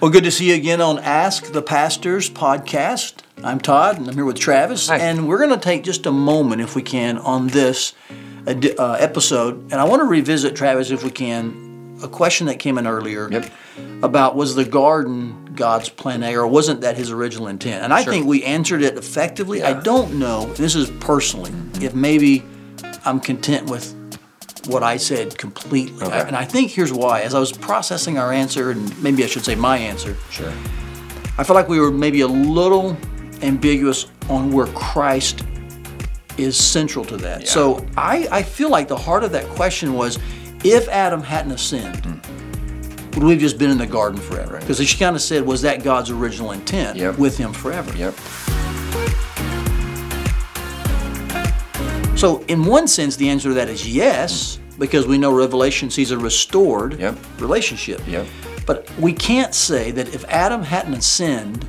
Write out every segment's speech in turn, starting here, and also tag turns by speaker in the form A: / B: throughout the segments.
A: Well, good to see you again on Ask the Pastors podcast. I'm Todd, and I'm here with Travis,
B: Hi.
A: and we're going to take just a moment, if we can, on this ed- uh, episode. And I want to revisit Travis, if we can, a question that came in earlier
B: Yep.
A: about was the garden God's plan A, or wasn't that His original intent? And I think we answered it effectively. I don't know. This is personally if maybe I'm content with what I said completely.
B: Okay.
A: and I think here's why. As I was processing our answer, and maybe I should say my answer,
B: Sure.
A: I feel like we were maybe a little ambiguous on where Christ is central to that. So I, I feel like the heart of that question was if Adam hadn't have sinned,
B: Hmm.
A: would we have just been in the garden forever? Because she kind of said, was that God's original intent
B: Yep.
A: with him forever?
B: Yep.
A: So, in one sense, the answer to that is yes, because we know Revelation sees a restored
B: Yep.
A: relationship.
B: Yep.
A: But we can't say that if Adam hadn't sinned,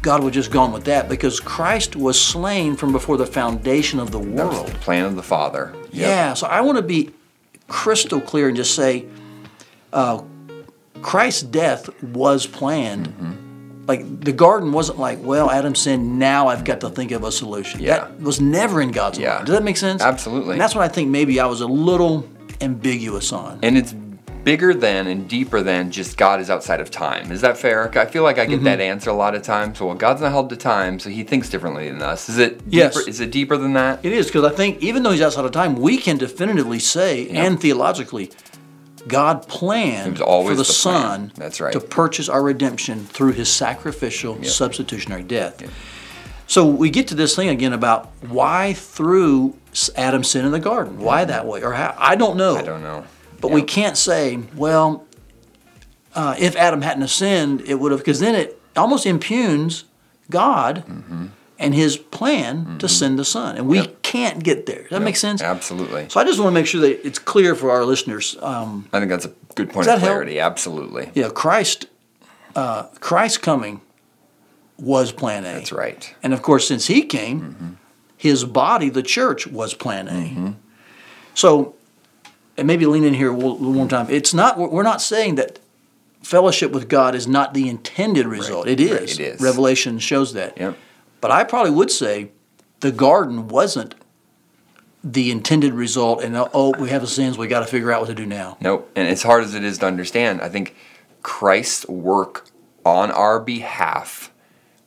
A: God would just gone with that because Christ was slain from before the foundation of the
B: That was
A: world.
B: the plan of the Father. Yep.
A: Yeah, so I want to be crystal clear and just say uh, Christ's death was planned.
B: Mm-hmm.
A: Like the garden wasn't like, well, Adam sinned, now I've got to think of a solution.
B: Yeah.
A: That was never in God's
B: Yeah.
A: mind. Does that make sense?
B: Absolutely.
A: And that's what I think maybe I was a little ambiguous on.
B: And it's bigger than and deeper than just God is outside of time. Is that fair? I feel like I get that
A: Mm-hmm.
B: answer a lot of times. Well, God's not held to time, so he thinks differently than us. Is it
A: Yes.
B: deeper, is it deeper than that?
A: It is because I think even though he's outside of time, we can definitively say and theologically, God planned
B: was always
A: for the,
B: the plan.
A: Son
B: That's right.
A: to purchase our redemption through His sacrificial substitutionary death. So we get to this thing again about why through s- Adam's sin in the garden, why that way, or how I don't know.
B: I don't know.
A: But we
B: Yep.
A: can't say, well, uh, if Adam hadn't sinned, it would have, because then it almost impugns God and his plan to send the Son. And we
B: Mm-hmm. Yep.
A: can't get there. Does that make sense?
B: Absolutely.
A: So I just want to make sure that it's clear for our listeners. Um,
B: I think that's a good point
A: Does that
B: of
A: help?
B: clarity. Absolutely.
A: yeah, Christ, uh, Christ's coming was plan A.
B: That's right.
A: And of course, since he came,
B: Mm-hmm.
A: his body, the church, was plan A. So, and maybe lean in here one one more time. It's not we're we're not saying that fellowship with God is not the intended result. It is.
B: Right, it is.
A: Revelation shows that.
B: Yep.
A: But I probably would say the garden wasn't the intended result. And oh, we have the sins. We got to figure out what to do now.
B: Nope. And as hard as it is to understand, I think Christ's work on our behalf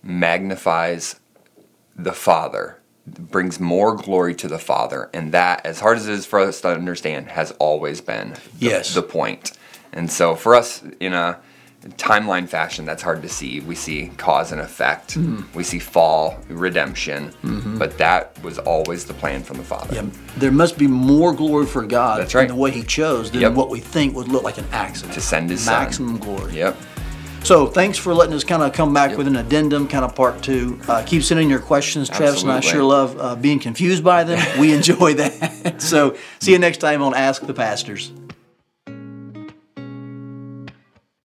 B: magnifies the Father, brings more glory to the Father. And that, as hard as it is for us to understand, has always been the,
A: Yes.
B: the point. And so for us, in a timeline fashion, that's hard to see. We see cause and effect, we see fall, redemption, but that was always the plan from the Father.
A: Yeah, there must be more glory for God
B: That's right.
A: in the way He chose than
B: Yep.
A: what we think would look like an accident.
B: To send His Son.
A: maximum glory.
B: Yep.
A: So thanks for letting us kind of come back with an addendum, kind of part two. Uh, keep sending your questions. Travis and I
B: Absolutely.
A: sure love uh, being confused by them. We enjoy that. so see you next time on Ask the Pastors.